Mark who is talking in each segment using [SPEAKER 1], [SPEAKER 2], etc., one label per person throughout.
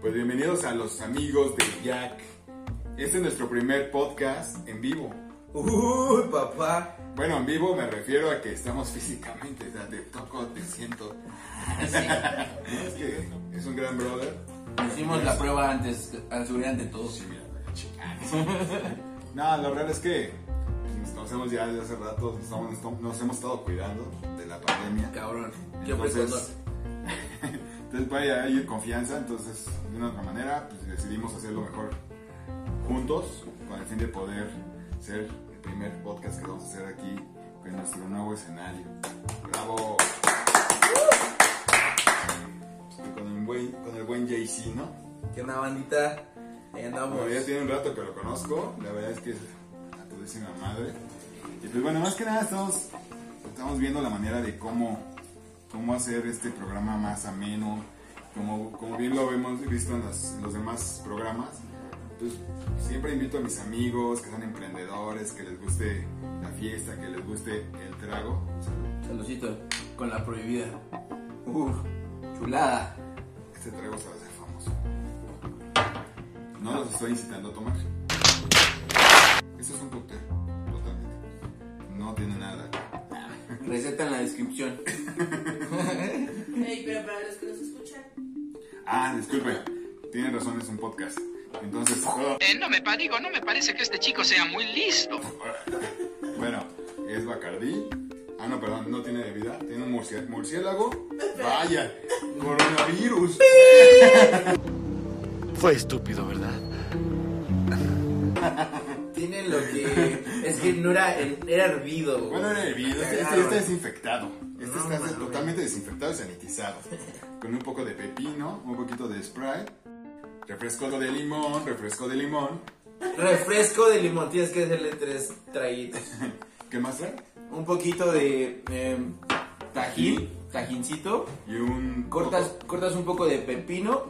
[SPEAKER 1] Pues bienvenidos a los amigos de Jack. Este es nuestro primer podcast en vivo.
[SPEAKER 2] Uy, papá.
[SPEAKER 1] Bueno, en vivo me refiero a que estamos físicamente, o sea, te toco, te siento. Es que es un gran brother.
[SPEAKER 2] Hicimos la prueba antes, al subir ante todos.
[SPEAKER 1] Sí, mira, la chica. No, lo real es que nos conocemos ya desde hace rato, nos, estamos- nos hemos estado cuidando de la pandemia.
[SPEAKER 2] Cabrón. Yo
[SPEAKER 1] Entonces, entonces vaya, hay confianza, entonces de una u otra manera pues, decidimos hacerlo mejor juntos con el fin de poder ser el primer podcast que vamos a hacer aquí en nuestro nuevo escenario. ¡Bravo! Pues, Con el buen, con el buen Jay-Z, ¿no?
[SPEAKER 2] ¿Qué onda, bandita? Ahí andamos.
[SPEAKER 1] Bueno, ya tiene un rato que lo conozco, la verdad es que es a tu décima madre. Y pues bueno, más que nada estamos, estamos viendo la manera de cómo, cómo hacer este programa más ameno, como, como bien lo hemos visto en, las- en los demás programas. Pues siempre invito a mis amigos que son emprendedores, que les guste la fiesta, que les guste el trago.
[SPEAKER 2] Saludcito. Con la prohibida. Uf, chulada.
[SPEAKER 1] Este trago se va a hacer famoso. No los estoy incitando a tomar. Esto es un cóctel, totalmente. No tiene nada.
[SPEAKER 2] Receta en la descripción.
[SPEAKER 3] Ey, pero para los que nos escuchan,
[SPEAKER 1] Ah, disculpe. Tienen razón, es un podcast. Entonces, oh,
[SPEAKER 4] Eh, no me pa- digo, no me parece que este chico sea muy listo.
[SPEAKER 1] bueno, es Bacardí. Ah, no, perdón, no tiene bebida. Tiene un murci- murciélago. Vaya, coronavirus.
[SPEAKER 5] Fue estúpido, ¿verdad?
[SPEAKER 2] Tienen lo que. Es que no era, era hervido. güey.
[SPEAKER 1] Bueno, era hervido. Este, este está desinfectado. Este
[SPEAKER 2] No,
[SPEAKER 1] está
[SPEAKER 2] mames.
[SPEAKER 1] totalmente desinfectado y sanitizado. Con un poco de pepino, un poquito de Sprite, refresco de limón, refresco de limón.
[SPEAKER 2] Refresco de limón. Tienes que hacerle tres traguitos.
[SPEAKER 1] ¿Qué más trae?
[SPEAKER 2] Un poquito de. em, tajín. Tajincito.
[SPEAKER 1] Y un...
[SPEAKER 2] Cortas, cortas un poco de pepino,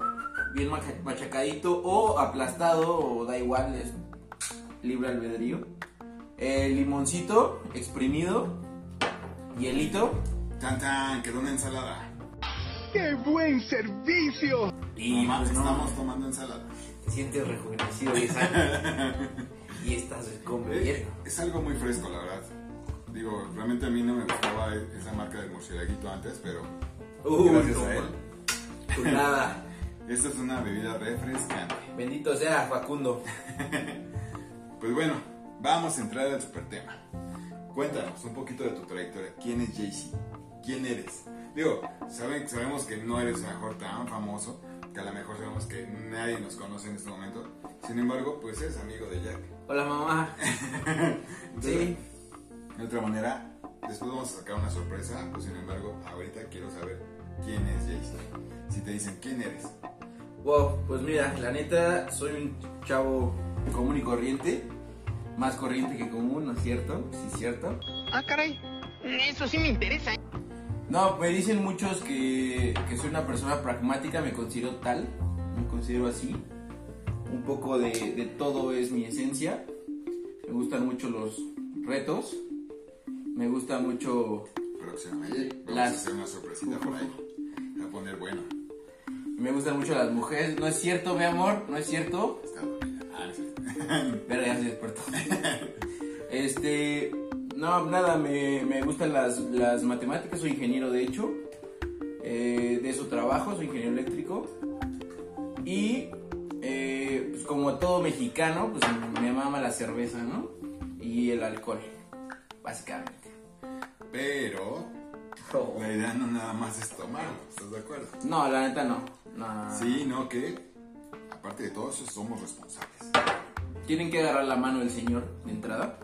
[SPEAKER 2] bien macha- machacadito o aplastado, o da igual, es libre albedrío. Eh, limoncito exprimido, hielito
[SPEAKER 1] Tan tan, quedó una ensalada.
[SPEAKER 2] y
[SPEAKER 1] Mamá,
[SPEAKER 2] pues, no,
[SPEAKER 1] estamos tomando ensalada.
[SPEAKER 2] te sientes rejuvenecido y sano. y estás
[SPEAKER 1] Eh,
[SPEAKER 2] conviviendo.
[SPEAKER 1] Es algo muy fresco, la verdad. Digo, realmente a mí no me gustaba esa marca del murciélaguito antes, pero
[SPEAKER 2] Uy,
[SPEAKER 1] uh, gracias
[SPEAKER 2] no,
[SPEAKER 1] a él.
[SPEAKER 2] Pues chulada.
[SPEAKER 1] Esta es una bebida refrescante.
[SPEAKER 2] Bendito sea Facundo.
[SPEAKER 1] Pues bueno, vamos a entrar al super tema. Cuéntanos un poquito de tu trayectoria. ¿Quién es Jay-Z? ¿Quién eres? Digo, saben, sabemos que no eres a lo mejor tan famoso, que a lo mejor sabemos que nadie nos conoce en este momento. Sin embargo, pues eres amigo de Jack.
[SPEAKER 2] Hola mamá.
[SPEAKER 1] Entonces,
[SPEAKER 2] Sí.
[SPEAKER 1] De otra manera, después vamos a sacar una sorpresa, pues sin embargo, ahorita quiero saber quién es Jay-Z. Si te dicen quién eres,
[SPEAKER 2] Wow, pues mira, la neta soy un chavo común y corriente, más corriente que común, ¿no es cierto? Sí, es cierto.
[SPEAKER 4] Ah, caray. Eso sí me interesa. ¿eh?
[SPEAKER 2] No, me dicen muchos que, que soy una persona pragmática, me considero tal, me considero así. Un poco de, de todo es mi esencia. Me gustan mucho los retos, me gusta mucho,
[SPEAKER 1] próximamente vamos
[SPEAKER 2] Las-
[SPEAKER 1] a hacer una sorpresita por ahí. Va a poner bueno.
[SPEAKER 2] me gustan mucho las mujeres. No es cierto, mi amor, no es cierto.
[SPEAKER 1] Está dormida. Ah, no es cierto.
[SPEAKER 2] Verga, ya se despertó. este. No, nada, me, me gustan las, las matemáticas, soy ingeniero de hecho. Eh, de eso trabajo, soy ingeniero eléctrico. Y. eh, pues como todo mexicano, pues me mama la cerveza, ¿no? Y el alcohol, básicamente.
[SPEAKER 1] Pero La idea no nada más es tomarlo, ¿estás de acuerdo?
[SPEAKER 2] No, la neta no. no.
[SPEAKER 1] Sí, no, que aparte de todo eso somos responsables.
[SPEAKER 2] Tienen que agarrar la mano del señor de entrada.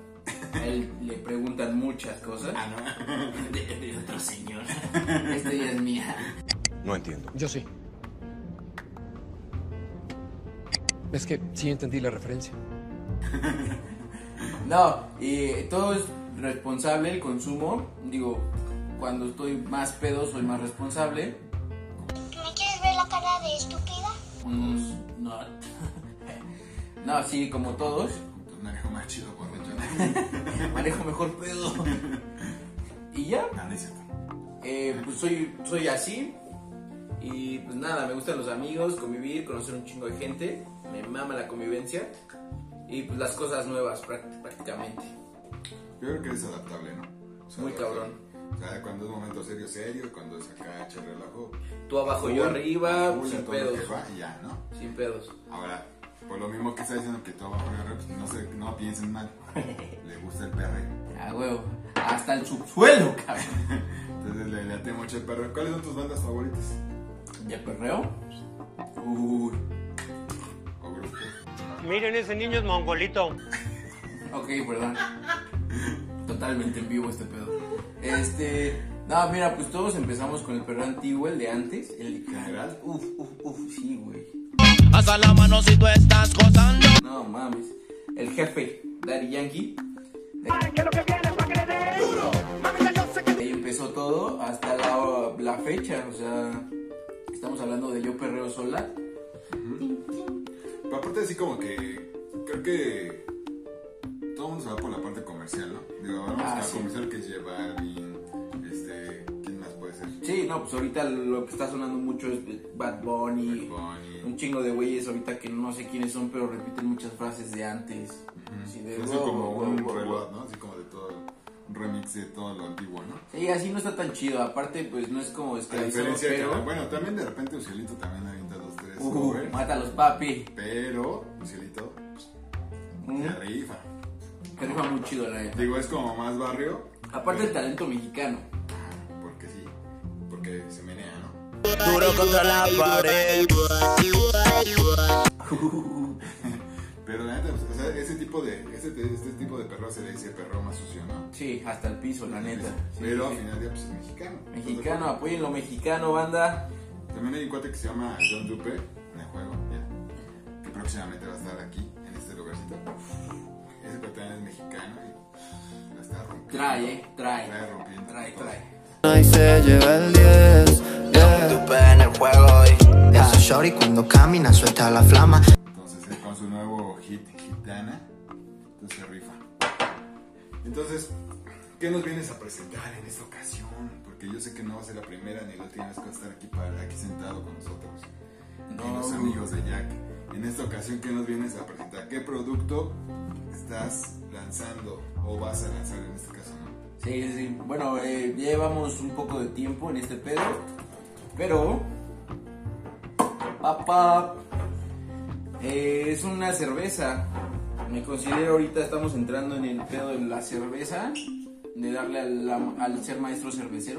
[SPEAKER 2] A él le preguntan muchas cosas.
[SPEAKER 1] Ah, no.
[SPEAKER 2] De, de otro señor. Esta ya es mía.
[SPEAKER 6] No entiendo.
[SPEAKER 7] Yo sí. Es que sí entendí la referencia.
[SPEAKER 2] No, eh, todo es responsable el consumo. Digo, cuando estoy más pedo soy más responsable.
[SPEAKER 8] ¿Me quieres ver la cara de estúpida?
[SPEAKER 2] Unos no. No, sí, como todos.
[SPEAKER 1] Un manejo más chido por
[SPEAKER 2] Manejo mejor pedo. Y ya,
[SPEAKER 1] No, no es cierto.
[SPEAKER 2] eh, pues soy, soy así. Y pues nada, me gustan los amigos, convivir, conocer un chingo de gente. Me mama la convivencia. Y pues las cosas nuevas práct- prácticamente.
[SPEAKER 1] Yo creo que eres adaptable, ¿no? O
[SPEAKER 2] Muy cabrón.
[SPEAKER 1] O sea, cuando es momento serio, serio, cuando es acá echar relajo.
[SPEAKER 2] Tú abajo, yo
[SPEAKER 1] full,
[SPEAKER 2] arriba, pues,
[SPEAKER 1] full,
[SPEAKER 2] sin
[SPEAKER 1] a todo lo que
[SPEAKER 2] pedos.
[SPEAKER 1] va y ya, ¿no?
[SPEAKER 2] Sin pedos.
[SPEAKER 1] Ahora, por lo mismo que está diciendo que todo abajo y arriba, pues, no, se, no piensen mal. Le gusta el perreo.
[SPEAKER 2] Ah, huevo. Hasta el subsuelo, cabrón.
[SPEAKER 1] Entonces le late mucho el perreo. ¿Cuáles son tus bandas favoritas?
[SPEAKER 2] ¿De perreo? Uy.
[SPEAKER 1] ¿O grupos?
[SPEAKER 5] Miren, ese niño es mongolito.
[SPEAKER 2] Ok, perdón. Totalmente en vivo este pedo. Este. No, mira, pues todos empezamos con el perro antiguo, el de antes. El
[SPEAKER 1] ¿General?
[SPEAKER 2] Uf, uf, uf, sí, güey.
[SPEAKER 6] Pasa la mano si tú estás gozando.
[SPEAKER 2] No mames. El jefe, Daddy Yankee. De ahí empezó todo hasta la, la fecha. O sea, estamos hablando de Yo Perreo Sola.
[SPEAKER 1] Pero aparte así como que creo que todo el mundo se va por la parte comercial, ¿no? Digo, vamos
[SPEAKER 2] Ah,
[SPEAKER 1] a la
[SPEAKER 2] sí.
[SPEAKER 1] comercial que es llevar bien, este, ¿quién más puede ser?
[SPEAKER 2] Sí, no, pues ahorita lo que está sonando mucho es Bad Bunny.
[SPEAKER 1] Bad Bunny.
[SPEAKER 2] Un chingo de güeyes ahorita que no sé quiénes son, pero repiten muchas frases de antes. Así de,
[SPEAKER 1] Es
[SPEAKER 2] wow,
[SPEAKER 1] como
[SPEAKER 2] wow,
[SPEAKER 1] un
[SPEAKER 2] wow, wow.
[SPEAKER 1] reloj, ¿no? Así como de todo, un remix de todo lo antiguo, ¿no?
[SPEAKER 2] Sí, así no está tan chido. Aparte, pues no es como
[SPEAKER 1] A
[SPEAKER 2] esclavizado,
[SPEAKER 1] diferencia de que,
[SPEAKER 2] pero...
[SPEAKER 1] bueno, también de repente Ucielito también avienta dos, tres
[SPEAKER 2] Uh,
[SPEAKER 1] covers,
[SPEAKER 2] mátalos, papi.
[SPEAKER 1] pero Ucielito
[SPEAKER 2] Mm,
[SPEAKER 1] se rifa.
[SPEAKER 2] Te rifa muy chido, la neta.
[SPEAKER 1] Digo, es como más barrio.
[SPEAKER 2] Aparte, el
[SPEAKER 1] pero-
[SPEAKER 2] talento mexicano.
[SPEAKER 1] Porque sí, porque se menea, ¿no?
[SPEAKER 6] Duro contra la pared.
[SPEAKER 1] Pero la neta, pues, o sea, ese tipo de, ese, este tipo de perro se le dice perro más sucio, ¿no?
[SPEAKER 2] Sí, hasta el piso, la neta. Sí,
[SPEAKER 1] Pero
[SPEAKER 2] sí,
[SPEAKER 1] al
[SPEAKER 2] sí.
[SPEAKER 1] final ya pues es mexicano.
[SPEAKER 2] Mexicano, apoyen lo mexicano, banda.
[SPEAKER 1] También hay un cuate que se llama John Dupe en el juego, ya, que próximamente va a estar aquí, en este lugarcito. Ese cuate también es mexicano y la está rompiendo.
[SPEAKER 2] Trae, eh, trae.
[SPEAKER 1] Trae rompiendo.
[SPEAKER 2] Trae, trae.
[SPEAKER 9] Y se lleva el 10. yeah.
[SPEAKER 6] en el juego y
[SPEAKER 9] Esa shorty cuando camina suelta la flama.
[SPEAKER 1] Entonces él con su nuevo hit gitana, entonces se rifa. Entonces, ¿qué nos vienes a presentar en esta ocasión? Porque yo sé que no va a ser la primera ni la última vez que vas a estar aquí, para, aquí sentado con nosotros y los amigos de Jack. En esta ocasión, ¿qué nos vienes a presentar? ¿Qué producto estás lanzando o vas a lanzar en este caso? ¿no?
[SPEAKER 2] Sí, sí, sí. Bueno, eh, ya llevamos un poco de tiempo en este pedo, pero... Papá. eh, es una cerveza. Me considero ahorita estamos entrando en el pedo de la cerveza, de darle al, al ser maestro cervecero.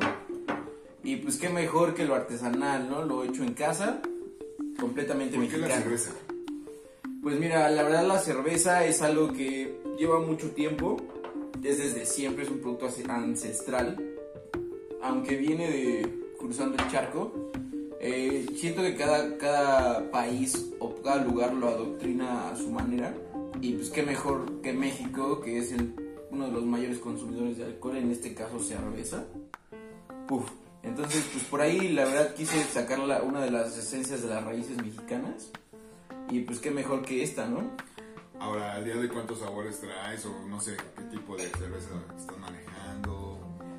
[SPEAKER 2] Y pues qué mejor que lo artesanal, ¿no? Lo hecho en casa, completamente
[SPEAKER 1] ¿Por qué la
[SPEAKER 2] mexicano.
[SPEAKER 1] cerveza?
[SPEAKER 2] Pues mira, la verdad la cerveza es algo que lleva mucho tiempo, es desde siempre, es un producto ase- ancestral, aunque viene de cruzando el charco. eh, siento que cada, cada país o cada lugar lo adoctrina a su manera y pues qué mejor que México, que es el- uno de los mayores consumidores de alcohol, en este caso cerveza. Puf. Entonces, pues por ahí la verdad quise sacar la- una de las esencias de las raíces mexicanas. Y pues qué mejor que esta, ¿no?
[SPEAKER 1] Ahora, ¿al día de cuántos sabores traes o no sé qué tipo de cerveza estás manejando?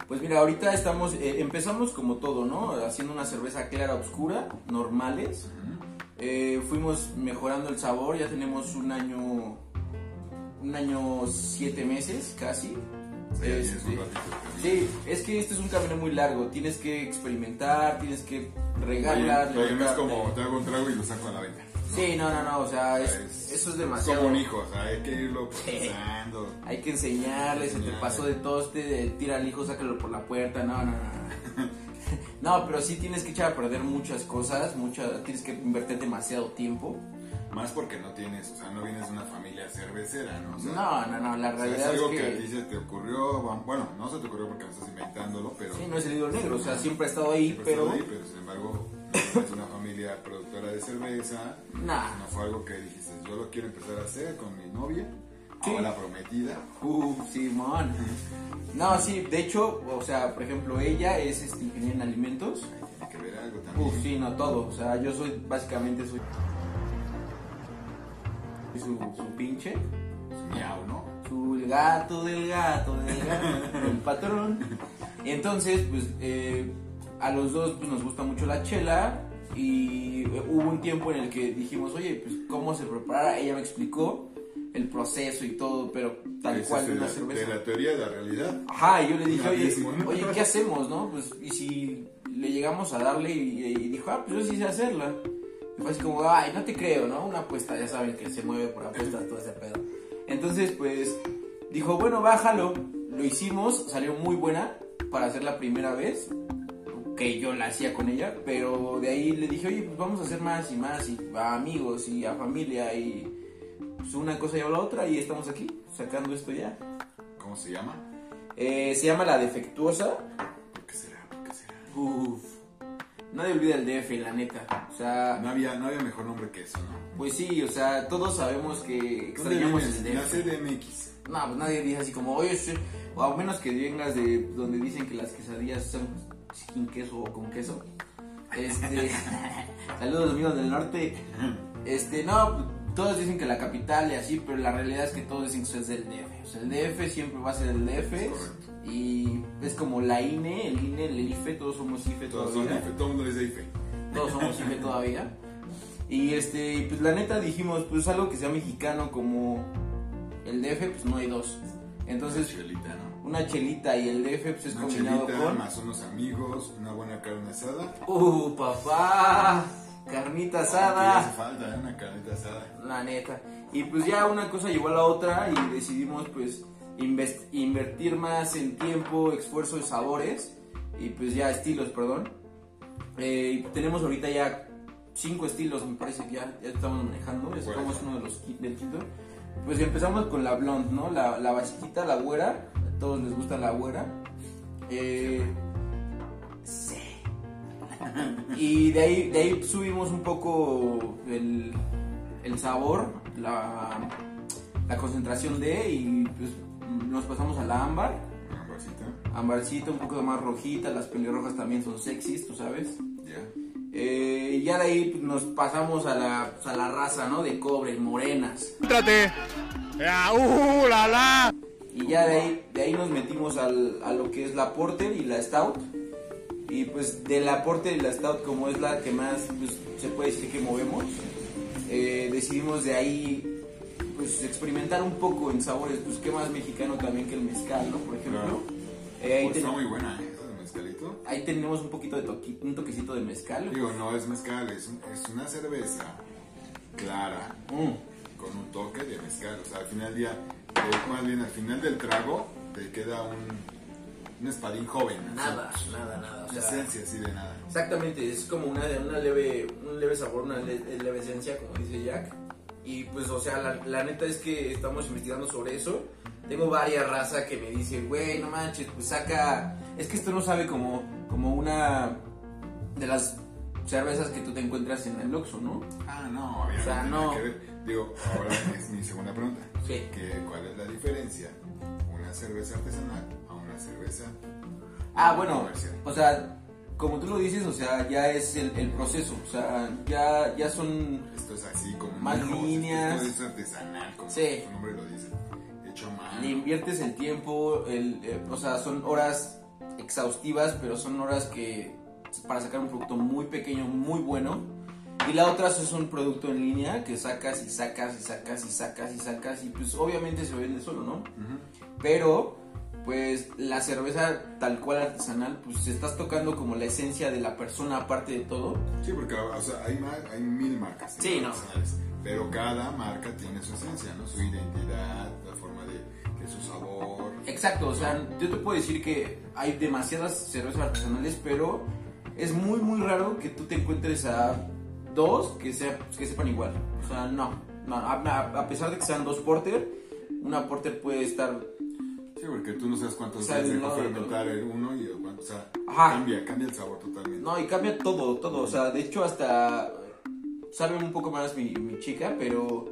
[SPEAKER 2] Pues mira, ahorita estamos, eh, empezamos como todo, ¿no? Haciendo una cerveza clara, oscura, normales. Eh, fuimos mejorando el sabor, ya tenemos un año, un año siete meses casi.
[SPEAKER 1] O sea, ya tienes
[SPEAKER 2] Este,
[SPEAKER 1] un ratito que-
[SPEAKER 2] sí, es que este es un camino muy largo, tienes que experimentar, tienes que regalar.
[SPEAKER 1] Oye, no es
[SPEAKER 2] levantarte.
[SPEAKER 1] como trago un trago y lo saco a la venta.
[SPEAKER 2] Sí, no, no, no, o sea, es-
[SPEAKER 1] Es-
[SPEAKER 2] eso es
[SPEAKER 1] Es
[SPEAKER 2] demasiado.
[SPEAKER 1] como un hijo, o sea, hay que irlo procesando.
[SPEAKER 2] Hay que enseñarles, se te pasó de toste, de tira al hijo, sácalo por la puerta, no, no, no. no. No, pero sí tienes que echar a perder muchas cosas, muchas, tienes que invertir demasiado tiempo.
[SPEAKER 1] Más porque no tienes, o sea, no vienes de una familia cervecera, ¿no? O sea, o
[SPEAKER 2] No, no, no, la
[SPEAKER 1] sea,
[SPEAKER 2] realidad
[SPEAKER 1] es algo
[SPEAKER 2] es
[SPEAKER 1] que...
[SPEAKER 2] que...
[SPEAKER 1] a ti se te ocurrió, vam- bueno, no se te ocurrió porque no estás inventándolo, pero...
[SPEAKER 2] Sí, no es el hilo negro, o sea, siempre ha estado ahí,
[SPEAKER 1] siempre
[SPEAKER 2] pero...
[SPEAKER 1] estuvo ahí, pero sin embargo, no es una familia productora de cerveza.
[SPEAKER 2] Nah.
[SPEAKER 1] No fue algo que dijiste, yo lo quiero empezar a hacer con mi novia,
[SPEAKER 2] Sí.
[SPEAKER 1] ahora prometida.
[SPEAKER 2] Uh, Simón. No, sí, de hecho, o sea, por ejemplo, ella es este, ingeniera en alimentos.
[SPEAKER 1] Ahí tiene que ver algo también.
[SPEAKER 2] Uh, sí, no todo, o sea, yo soy, básicamente soy... Su, su pinche.
[SPEAKER 1] Es miau, ¿no?
[SPEAKER 2] Su el gato del gato del gato del patrón. Y entonces, pues eh, a los dos pues, nos gusta mucho la chela y eh, hubo un tiempo en el que dijimos, oye, pues cómo se prepara. Ella me explicó el proceso y todo, pero tal
[SPEAKER 1] Esa
[SPEAKER 2] cual
[SPEAKER 1] es
[SPEAKER 2] de
[SPEAKER 1] de
[SPEAKER 2] una
[SPEAKER 1] la,
[SPEAKER 2] cerveza.
[SPEAKER 1] de la teoría de la realidad.
[SPEAKER 2] Ajá, y yo le dije,
[SPEAKER 1] Una
[SPEAKER 2] oye,
[SPEAKER 1] diezmo, ¿no?
[SPEAKER 2] oye, ¿qué hacemos, no? Pues, y si le llegamos a darle y, y dijo, ah, pues yo sí sé hacerla. Y fue así como, ay, no te creo, ¿no? Una apuesta, ya saben que se mueve por apuestas todo ese pedo. Entonces, pues, dijo, bueno, bájalo. Lo hicimos, salió muy buena para hacer la primera vez que yo la hacía con ella, pero de ahí le dije, oye, pues vamos a hacer más y más, y a amigos y a familia, y pues una cosa lleva a la otra, y estamos aquí, sacando esto ya.
[SPEAKER 1] ¿Cómo se llama?
[SPEAKER 2] Eh, se llama La Defectuosa.
[SPEAKER 1] ¿Por qué será? ¿Por qué será?
[SPEAKER 2] Uf. Nadie olvida el DF, la neta. O sea,
[SPEAKER 1] No había, no había mejor nombre que eso, ¿no?
[SPEAKER 2] pues sí, o sea, todos sabemos que
[SPEAKER 1] ¿Dónde
[SPEAKER 2] extrañamos
[SPEAKER 1] vienes?
[SPEAKER 2] el
[SPEAKER 1] La
[SPEAKER 2] DF.
[SPEAKER 1] CDMX.
[SPEAKER 2] No, pues nadie dice así como, oye, sí", o a menos que vengas de donde dicen que las quesadillas son sin queso o con queso. Este, saludos amigos del norte. Este, no, todos dicen que la capital y así, pero la realidad es que todos dicen que eso es del DF. O sea, el DF siempre va a ser el DF.
[SPEAKER 1] correcto.
[SPEAKER 2] Y es como la INE, el INE, el IFE, todos somos IFE
[SPEAKER 1] Todos son E.
[SPEAKER 2] todavía
[SPEAKER 1] IFE, todo el mundo es de IFE.
[SPEAKER 2] todos somos IFE todavía. Y este, y pues la neta dijimos, pues algo que sea mexicano como el DF, pues no hay dos. Entonces,
[SPEAKER 1] Chelita, ¿no?
[SPEAKER 2] una chelita y el DF pues es
[SPEAKER 1] Una
[SPEAKER 2] combinado
[SPEAKER 1] chelita,
[SPEAKER 2] con
[SPEAKER 1] más unos amigos, una buena carne asada.
[SPEAKER 2] ¡Uh, papá!
[SPEAKER 1] Aunque
[SPEAKER 2] Carnita
[SPEAKER 1] ya hace
[SPEAKER 2] asada.
[SPEAKER 1] falta, ¿eh? Una carnita asada.
[SPEAKER 2] La neta. Y pues ya una cosa llevó a la otra y decidimos pues invest- invertir más en tiempo, esfuerzo y sabores. Y pues ya estilos, perdón. Eh, y tenemos ahorita ya cinco estilos, me parece que ya, ya estamos manejando. Ya sacamos uno de los qui- del quinto. Pues empezamos con la blonde, ¿no? La, la basiquita, la güera. A todos les gusta la güera. Eh, sí. Y de ahí, de ahí subimos un poco el, el sabor, la, la concentración de, y pues nos pasamos a la ámbar.
[SPEAKER 1] Una bolsita.
[SPEAKER 2] Ambarcita, un poco más rojita, las pelirrojas también son sexys, tú sabes.
[SPEAKER 1] Ya.
[SPEAKER 2] Eh, y ya de ahí pues, nos pasamos a la, pues, a la raza, ¿no? De cobre, morenas.
[SPEAKER 1] uh,
[SPEAKER 2] Y ya de ahí, de ahí nos metimos al- a lo que es la Porter y la Stout. Y pues de la Porter y la Stout, como es la que más pues, se puede decir que movemos, eh, decidimos de ahí pues experimentar un poco en sabores. Pues qué más mexicano también que el mezcal, ¿no? Por ejemplo.
[SPEAKER 1] Claro.
[SPEAKER 2] Eh, ahí,
[SPEAKER 1] Pues está
[SPEAKER 2] ten-
[SPEAKER 1] muy buena, ¿eh? Esa de mezcalito.
[SPEAKER 2] ahí tenemos un poquito de toqui- un toquecito de mezcal.
[SPEAKER 1] Digo, no es mezcal, es, un- es una cerveza clara
[SPEAKER 2] Mm,
[SPEAKER 1] con un toque de mezcal. O sea, al final del día, eh, más bien al final del trago, te queda un, un espadín joven. así.
[SPEAKER 2] nada, nada, nada. o
[SPEAKER 1] Una
[SPEAKER 2] sea,
[SPEAKER 1] esencia así de nada.
[SPEAKER 2] Exactamente, es como una, una leve, un leve sabor, una le- eh, leve esencia, como dice Jack. Y pues, o sea, la, la neta es que estamos investigando sobre eso. Tengo varias razas que me dicen, güey, no manches, pues saca. Es que esto no sabe como, como una de las cervezas que tú te encuentras en el Oxxo, ¿no?
[SPEAKER 1] Ah, no, obviamente.
[SPEAKER 2] O sea,
[SPEAKER 1] nada
[SPEAKER 2] no.
[SPEAKER 1] que ver. Digo, ahora es mi segunda pregunta.
[SPEAKER 2] Sí.
[SPEAKER 1] Que, ¿Cuál es la diferencia? Una cerveza artesanal a una cerveza.
[SPEAKER 2] Ah, bueno,
[SPEAKER 1] comercial?
[SPEAKER 2] o sea, como tú lo dices, o sea, ya es el, el proceso, o sea, ya, ya son.
[SPEAKER 1] Esto es así como.
[SPEAKER 2] Más
[SPEAKER 1] no,
[SPEAKER 2] líneas.
[SPEAKER 1] Esto es artesanal, como
[SPEAKER 2] Sí.
[SPEAKER 1] su nombre lo dice. Hecho mal.
[SPEAKER 2] Le inviertes el tiempo, el, eh, o sea, son horas exhaustivas, pero son horas que para sacar un producto muy pequeño, muy bueno. Y la otra es un producto en línea que sacas y sacas y sacas y sacas y sacas y pues obviamente se vende solo, ¿no? Pero pues la cerveza tal cual artesanal, pues estás tocando como la esencia de la persona aparte de todo.
[SPEAKER 1] Sí, porque o sea, hay, mar- hay mil marcas.
[SPEAKER 2] Sí, no.
[SPEAKER 1] artesanales, Pero cada marca tiene su esencia, ¿no? Su identidad, la forma de, de su sabor.
[SPEAKER 2] Exacto, o sea, yo te puedo decir que hay demasiadas cervezas artesanales, pero es muy, muy raro que tú te encuentres a dos que, sea, que sepan igual. O sea, no, no a, a- a pesar de que sean dos porter, una porter puede estar...
[SPEAKER 1] Sí, porque tú no sabes cuántas
[SPEAKER 2] Sabe
[SPEAKER 1] veces
[SPEAKER 2] el
[SPEAKER 1] dejó
[SPEAKER 2] lado de
[SPEAKER 1] fermentar el uno y el cuánto. O sea,
[SPEAKER 2] Ajá.
[SPEAKER 1] cambia, cambia el sabor totalmente.
[SPEAKER 2] No, y cambia todo, todo. O sea, de hecho hasta sabe un poco más mi, mi chica, pero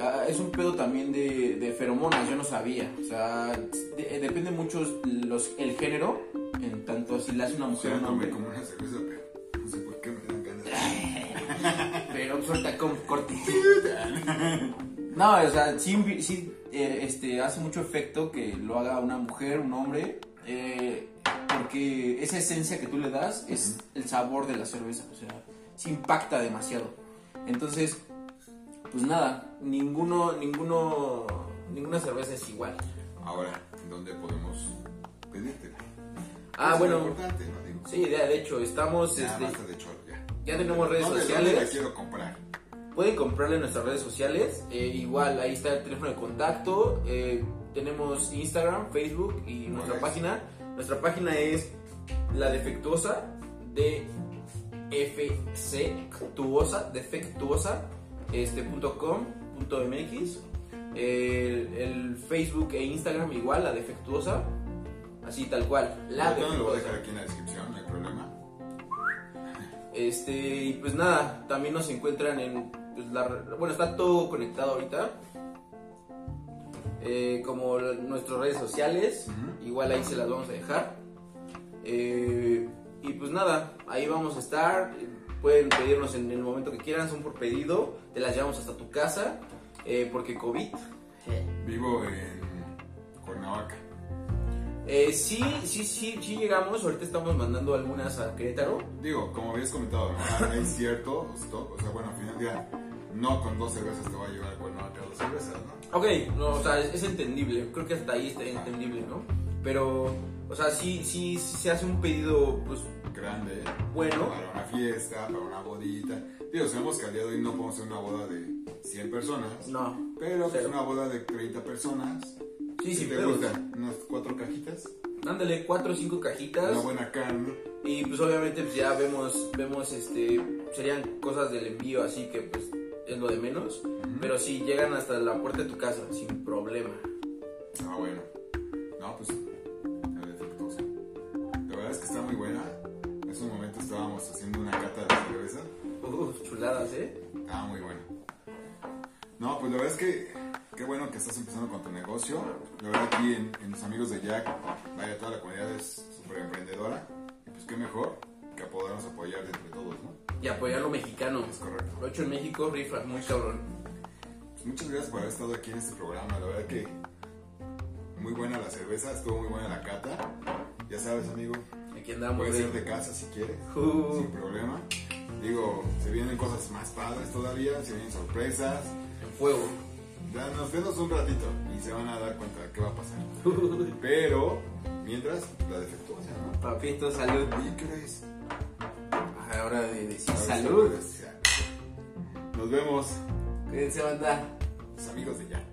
[SPEAKER 2] ah, es un pedo también de, de feromonas, yo no sabía. O sea, de- depende mucho los, el género, en tanto si la hace una
[SPEAKER 1] O
[SPEAKER 2] mujer o
[SPEAKER 1] sea,
[SPEAKER 2] un
[SPEAKER 1] tomé
[SPEAKER 2] hombre.
[SPEAKER 1] como una cerveza, pero no sé por qué me dan ganas. de-
[SPEAKER 2] Pero pues, ahorita con corte. No, o sea, sí, invi- sí, eh, este, hace mucho efecto que lo haga una mujer, un hombre. eh, porque esa esencia que tú le das es el sabor de la cerveza, o sea, se impacta demasiado. Entonces, pues nada, ninguno, ninguno, ninguna cerveza es igual.
[SPEAKER 1] Ahora, ¿dónde podemos pedírtela?
[SPEAKER 2] Ah,
[SPEAKER 1] Es
[SPEAKER 2] bueno,
[SPEAKER 1] muy importante, ¿no? Digo,
[SPEAKER 2] sí, ya, de hecho, estamos,
[SPEAKER 1] ya
[SPEAKER 2] este,
[SPEAKER 1] basta de choro, ya.
[SPEAKER 2] ya tenemos redes
[SPEAKER 1] ¿Dónde,
[SPEAKER 2] sociales.
[SPEAKER 1] ¿Dónde la quiero comprar?
[SPEAKER 2] Pueden comprarla en nuestras redes sociales. eh, igual, ahí está el teléfono de contacto. eh, tenemos Instagram, Facebook y nuestra
[SPEAKER 1] es?
[SPEAKER 2] página. Nuestra página es la defectuosa de fctuosa, defectuosa, este, punto com, punto mx. El, el Facebook e Instagram igual, la defectuosa. Así tal cual. La
[SPEAKER 1] Yo también lo voy a
[SPEAKER 2] defectuosa.
[SPEAKER 1] dejar aquí en la descripción, no hay problema.
[SPEAKER 2] Este, y pues nada, también nos encuentran en. pues, la, bueno, está todo conectado ahorita. Eh, como la- nuestras redes sociales, igual ahí se las vamos a dejar. Eh, y pues nada, ahí vamos a estar. Pueden pedirnos en el momento que quieran, son por pedido. Te las llevamos hasta tu casa, eh, porque COVID.
[SPEAKER 1] Vivo en Cuernavaca.
[SPEAKER 2] Eh, sí, sí, sí, sí llegamos. Ahorita estamos mandando algunas a Querétaro.
[SPEAKER 1] Digo, como habías comentado, ¿no? hay cierto stock, o sea, bueno, al final del día, no con dos cervezas te va a llevar a Cuernavaca dos cervezas, ¿no?
[SPEAKER 2] Ok, no, o sea, es, es entendible. Creo que hasta ahí está entendible, ¿no? Pero, o sea, sí, sí, sí se hace un pedido, pues,
[SPEAKER 1] Grande,
[SPEAKER 2] Bueno.
[SPEAKER 1] para una fiesta, para una bodita. Digo, sabemos que al día de hoy no podemos hacer una boda de 100 personas,
[SPEAKER 2] no.
[SPEAKER 1] pero pues,
[SPEAKER 2] Cero.
[SPEAKER 1] una boda de 30 personas. Si
[SPEAKER 2] Sí, sí,
[SPEAKER 1] te
[SPEAKER 2] pero.
[SPEAKER 1] gustan unas cuatro cajitas,
[SPEAKER 2] Ándale, cuatro o cinco cajitas.
[SPEAKER 1] una buena carne.
[SPEAKER 2] Y pues, obviamente, pues ya vemos, vemos, este, serían cosas del envío, así que, pues, es lo de menos. Pero sí, llegan hasta la puerta de tu casa, sin problema.
[SPEAKER 1] Ah, bueno. No, pues, la defectuosa. La verdad es que está muy buena. En esos momentos estábamos haciendo una cata de cerveza.
[SPEAKER 2] Uf, chuladas, ¿eh?
[SPEAKER 1] Estaba Ah, muy buena. No, pues la verdad es que qué bueno que estás empezando con tu negocio. La verdad aquí en, en mis amigos de Jack, vaya, toda la comunidad es súper emprendedora. Y pues qué mejor que podernos apoyar entre todos, ¿no?
[SPEAKER 2] Y apoyar lo mexicano.
[SPEAKER 1] Es correcto.
[SPEAKER 2] Lo hecho en México, rifa, muy cabrón.
[SPEAKER 1] Pues muchas gracias por haber estado aquí en este programa. La verdad que muy buena la cerveza, estuvo muy buena la cata. Ya sabes, amigo,
[SPEAKER 2] Aquí andamos,
[SPEAKER 1] Puede
[SPEAKER 2] güey.
[SPEAKER 1] ser de casa si quieres,
[SPEAKER 2] Uh.
[SPEAKER 1] sin problema. Digo, se vienen cosas más padres todavía, se vienen sorpresas.
[SPEAKER 2] en fuego.
[SPEAKER 1] Danos, denos un ratito y se van a dar cuenta de qué va a pasar. Pero, mientras, la defectuosa, ¿no?
[SPEAKER 2] Papito, salud.
[SPEAKER 1] ¿Y qué hora es?
[SPEAKER 2] Ahora de decir
[SPEAKER 1] A ver si
[SPEAKER 2] salud.
[SPEAKER 1] ahora es. Nos vemos,
[SPEAKER 2] Cuídense, banda.
[SPEAKER 1] los amigos de Jack.